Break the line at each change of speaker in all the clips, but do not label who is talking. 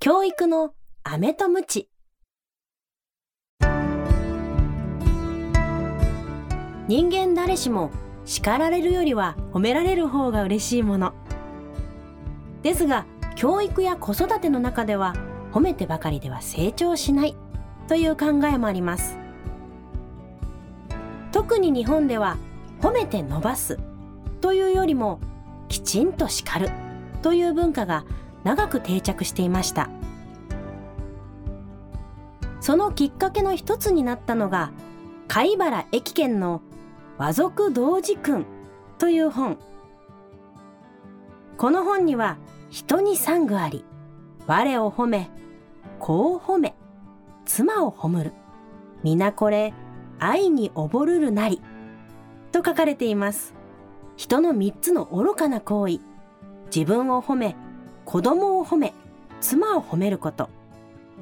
教育の飴とムチ人間誰しも叱られるよりは褒められる方が嬉しいものですが教育や子育ての中では褒めてばかりでは成長しないという考えもあります特に日本では褒めて伸ばすというよりもきちんと叱るという文化が長く定着していましたそのきっかけの一つになったのが貝原駅県の和族同時訓という本この本には人に産具あり我を褒め子を褒め妻を褒むる皆これ愛におぼるるなりと書かれています人の3つの愚かな行為自分を褒め子供を褒め妻を褒めること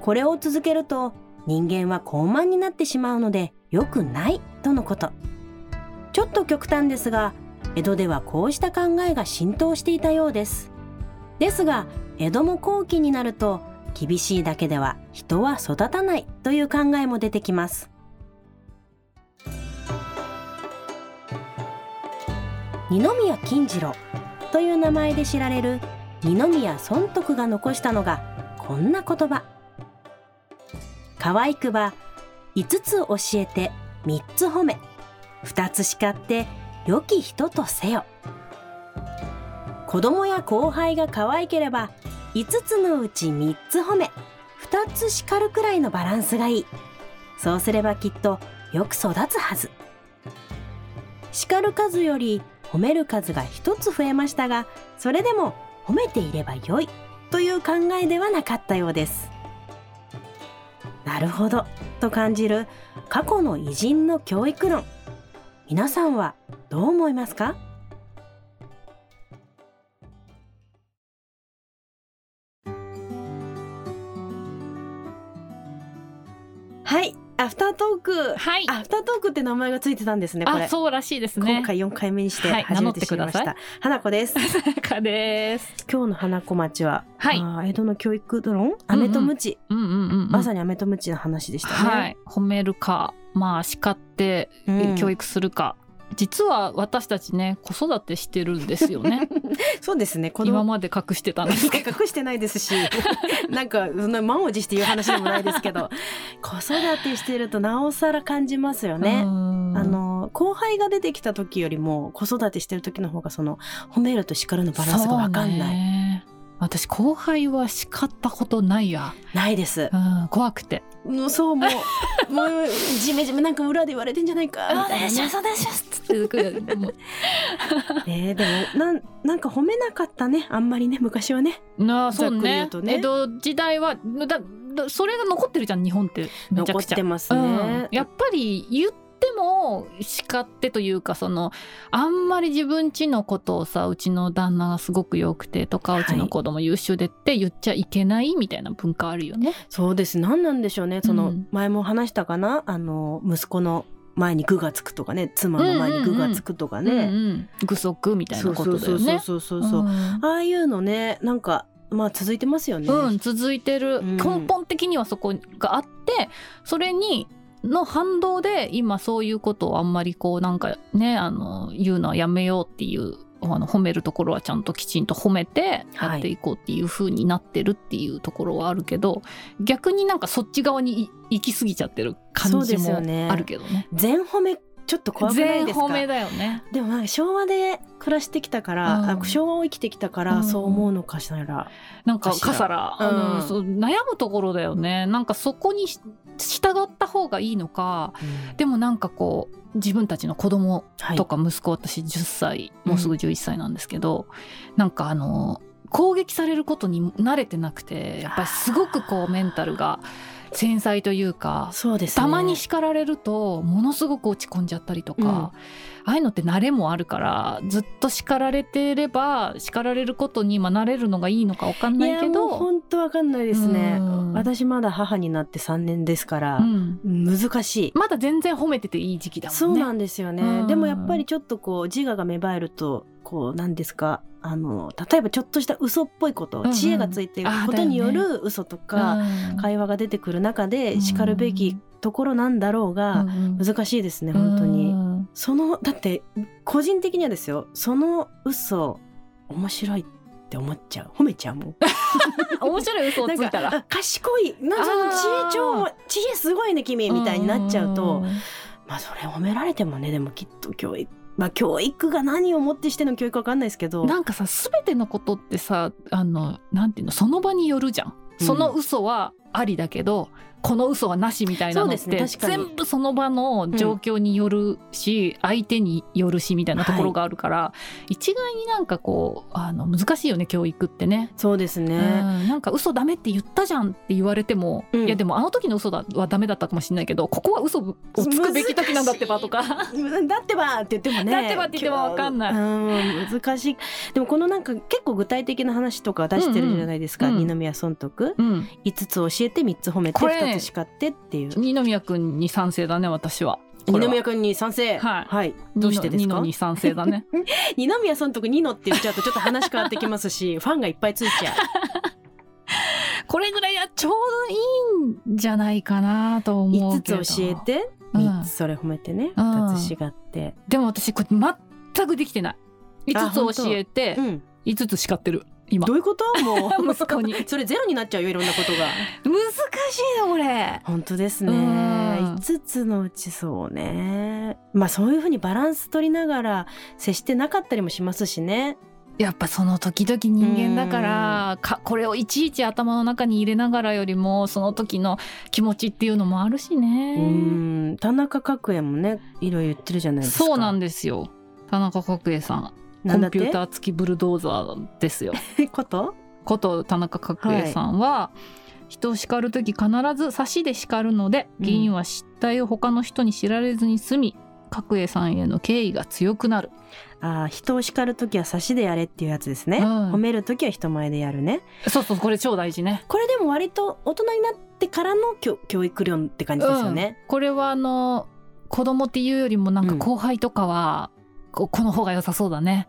これを続けると人間は高慢になってしまうので良くないとのことちょっと極端ですが江戸ではこうした考えが浸透していたようですですが江戸も後期になると厳しいだけでは人は育たないという考えも出てきます二宮金次郎という名前で知られる二宮尊徳が残したのがこんな言葉可愛くば5つ教えて3つ褒め2つ叱って良き人とせよ子供や後輩が可愛ければ5つのうち3つ褒め2つ叱るくらいのバランスがいいそうすればきっとよく育つはず叱る数より褒める数が1つ増えましたがそれでも褒めていれば良いという考えではなかったようですなるほどと感じる過去の偉人の教育論皆さんはどう思いますかはいアフタートーク
はい。
アフタートークって名前がついてたんですねこれ
あ、そうらしいですね。
今回4回目にして
はい
初めて知りました、
名乗っ
花子です
中です。
今日の花子町は、
はい
あー江戸の教育論飴とムチ、
うんうんうん、うん。
まさに飴とムチの話でしたね、
はい。褒めるか、まあ叱って
うん
教育するか。実は私たちね子育てしてるんですよ ね
そうですね子
今
供
まで隠してたんですけど
隠してないですし なんかそんな満を持して言う話でもないですけ ど子育てしてるとなおさら感じますよ
う
ね。
ん
あの後輩が出てきた時よりも子育てしてる時の方がその褒めると叱るのバランスが分かん
そう
ない、
ね私後輩は叱ったことないや、
ないです
うん、怖くて
もうそうもうもうジメジメなんか裏で言われてんじゃないかみたいなね
そうですそうですっても
えーでもなんなんか褒めなかったねあんまりね昔はね
うなあそう
ざっ
ね
くり言
江
うと
戸時代はだだそれが残ってるじゃん日本ってめち
残
ゃく
っ
ちゃ
てます
うん
ね、、
やっぱり言っても叱ってというかそのあんまり自分ちのことをさうちの旦那がすごく良くてとか、
はいう
ちの子供優秀でって言っちゃいけないみたいな文化あるよね。
そうです何なんでしょうねその、
うん
前も話したかなあの息子の前に具がつくとかね妻の前に具がつくとかね、
うんうん、具足みたい
そ
な
う
こ
そ
と
う
だ
そ
よ
うそう
ね。
そうそうそうああいうのねなんかまあ続いてますよね、
うん、うん続いてる、
うん
根本的にはそこがあってそれにの反動で今そういうことをあんまりこうなんかねあの言うのはやめようっていうあの褒めるところはちゃんときちんと褒めて
はい
やっていこうっていう風になってるっていうところはあるけど、逆になんかそっち側にい行き過ぎちゃってる感
そう
じ
です
も
よね
あるけどね。
全褒めちょっと怖くない
全
です
褒
か
めだよね。
でもなんか昭和で暮らしてきたから、
うん
あ昭和を生きてきたか
う
ら
ん
そう思うのかしら、
なんか
かしら
カサラ、
うん
あのそう悩むところだよね。なんかそこにし従った方がいいのか、でもなんかこう自分たちの子供
はい
とか息子、私10歳もうすぐ11歳なんですけど、なんかあの攻撃されることに慣れてなくてやっぱりすごくこうメンタルが繊細というか。
そうですね
たまに叱られるとものすごく落ち込んじゃったりとか、
うん
ああいうのって慣れもあるからずっと叱られてれば叱られることに今慣れるのがいいのかわかんないけ
や
ど
もう本当わかんないですね
うん
私まだ母になって3年ですから、
うん
難しい
まだ全然褒めてていい時期だもんね。
そうなんですよね、
うん
でもやっぱりちょっとこう自我が芽生えるとこうなんですかあの例えばちょっとした嘘っぽいこと、
うんうん
知恵がついていることによ
あだ
る嘘とか、会話が出てくる中でしかるべきところなんだろうが、
難
難しいですね本当に。
に
そのだって個人的にはですよその嘘面白いって思っちゃう褒めちゃう もん。
面白い嘘をついた
なん
ら
かあ賢いなんかそ
あー
の知恵帳知恵すごいね君みたいになっちゃうと。まあそれ褒められてもねでもきっと教育まあ教育が何をもってしての教育かわかんないですけど
なんかさ全てのことってさあのなんていうのその場によるじゃん。
うん
その嘘はありだけど、この嘘はなしみたいなのっ
そうで
て、
すね確かに
全部その場の状況によるし、相手によるしみたいなところがあるから、一概になんかこうあの難しいよね教育ってね。
そうですね、
うんなんか嘘ダメって言ったじゃんって言われても、
うん
いやでもあの時の嘘だはダメだったかもしれないけどここは嘘をつくべき時なんだってばとか
だってばって言ってもね
だってばって言ってもわかんない
うん難しいでもこのなんか結構具体的な話とか出してるじゃないですか、
うんうんうん
二宮尊徳
うん
5つ教えて3つ褒めて
これね
2つ叱ってっていう、
二宮君に賛成だね私は。これ
二
は
宮君に賛成
はい
どうしてです
二の
か
二賛成 だね。
二宮尊徳二のって言っちゃうとちょっと話変わってきます しファンがいっぱいついちゃう
これぐらいはちょうどいいんじゃないかなと思う
5
けど。
つ教えて
うん
3つそれ褒めてね
うん
2つ叱って
でも私これ全くできてない。
あ
5つ教えて
うん
5つ叱ってる今。
どう
難
いうこともう
息子に
それゼロになっちゃうよいろんなことが
しいなこれ。
本当ですね
うん
5つのうちそうねまあそういうふうにバランス取りながら接してなかったりもしますしね
やっぱその時々人間だからかこれをいちいち頭の中に入れながらよりもその時の気持ちっていうのもあるし
う
ね。
ん田中角栄もねいろいろ言ってるじゃないですか
そうなん
ん
ですよ。田中角栄さんコ
なんだっ
ンピ
て
ューター付きブルドーザーですよ。
こと
こと田中角栄さんは、人を叱る時必ず差しで叱るので
うん
議員は失態を他の人に知られずに済み、角栄さんへの敬意が強くなる
ああ人を叱るときは差しでやれっていうやつですね、
うん
褒めるときは人前でやるね
そうそうこれ超大事ね
これでも割と大人になってからの教教育論って感じですよね、
これはあの子供っていうよりもなんか
うん
後輩とかは、ここの方が良さそうだね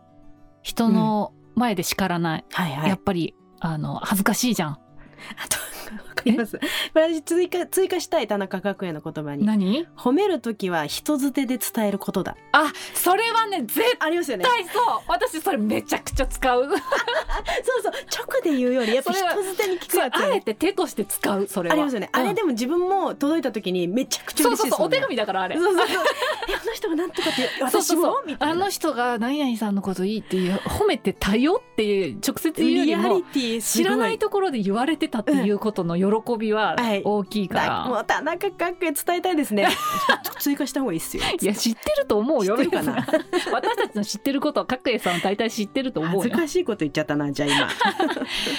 人の前で叱らない、
はいはい
やっぱりあの恥ずかしいじゃん
あと、 わかります。私追加、追加したい田中角栄の言葉に。
何
褒めるときは人づてで伝えることだ。
あそれはね絶
ありますよね。
対そう私それめちゃくちゃ使う
そうそう、直で言うより、やっぱ
そ
人
れは
づてに聞く
そう
やつよ
あえ
ね。
て手として使うそれは
ありますよね。
うん
あれでも自分も届いたときに、めちゃくちゃ
そう
嬉し
そ
いうですも
そうお
んね。
手 紙だからあれ
そうそうそう。え、あの人がなんとかって、
そうそ
私
うそう
もみた
あ
いな。
の人が何々さんのこといいっていう褒めてたよっていう直接言うよ
リ
り
アリ
も
ティすご
知らないところで言われてたっていうことの喜びは
うんはい
大きいから、
だもう田中角栄伝えたいです ね。ちょっと追加した方がいいっすよ。
いや知ってると思うよ
知ってるかな
私たちの知ってることは角栄さんは大体知ってると思
恥
う
ず
よ
かしいこと言っちゃったな、じゃあ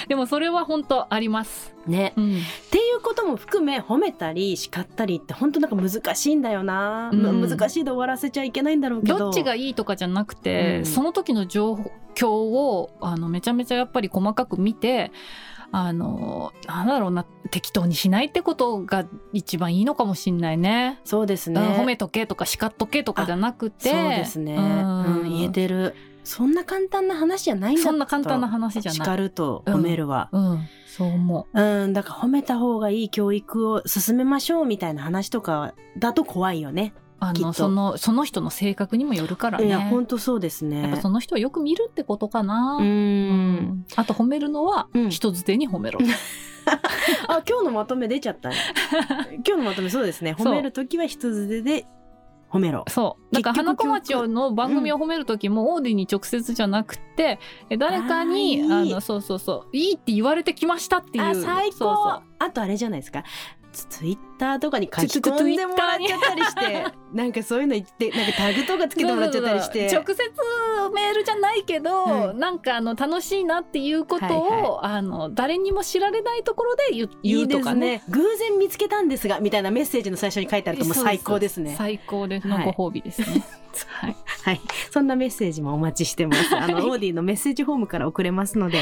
でもそれは本当あります、
今。 ね。っていうことも含め褒めたり叱ったりって本当なんか難しいんだよな、
うん
む難しいで終わらせちゃいけないんだろうけど
どっちがいいとかじゃなくて、
うん
その時の状況をあのめちゃめちゃやっぱり細かく見てあのなんだろうな適当にしないってことが一番いいのかもしんないね。
そうですね、
うん褒めとけとか叱っとけとかじゃなくて
そうですね、うん言えてるそんな簡単な話じゃないんだ
そんな簡単な話じゃな
叱
い。
ると褒めるは、うん
うん、そう思
だから褒めた方がいい教育を進めましょうみたいな話とかだと怖いよね。
うあ
きっと
のそのその人の性格にもよるから
い
ね。
や本当そうですね。
やっぱその人をよく見るってことかな。
う。
うんんあと褒めるのは
うん
人づてに褒めろ。
あ今日のまとめ出ちゃったね。今日のまとめそうですね。
そう
褒めるときは人づてで褒めろ。
そう。だから
結
花
局
子町の番組を褒める時も、オーディに直接じゃなくて、え誰かに
あ
あ
ーいい
のそうそうそういいって言われてきましたっていう。
あ最高
そうそう
あとあれじゃないですかツツイッターとかに書き込んでもらっちゃったりして なんかそういうの言ってなんかタグとかつけてもらっちゃったりして
そうそう そう直接メールじゃないけど、
はい
なんかあの楽しいなっていうことを、
はい
あの誰にも知られないところで言う
い
言
いうで
と
す
かね。
ね偶然見つけたんですがみたいなメッセージの最初に書いてあるともう最高ですね
最高です
は
の
い
ご褒美で すね。はい、
はいそんなメッセージもお待ちしてますあ
はい
のオーディのメッセージホームから送れますので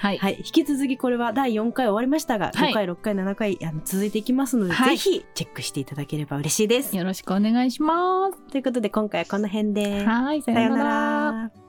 はい、
はい引き続きこれは第4回終わりましたが
はい
5回6回7回あの続いていきますので、
はい
ぜひチェックしていただければ嬉しいです
よろしくお願いしま。
ということで今回はこの辺です
はい、さ
さ
よ
よ
う
う
なら。
なら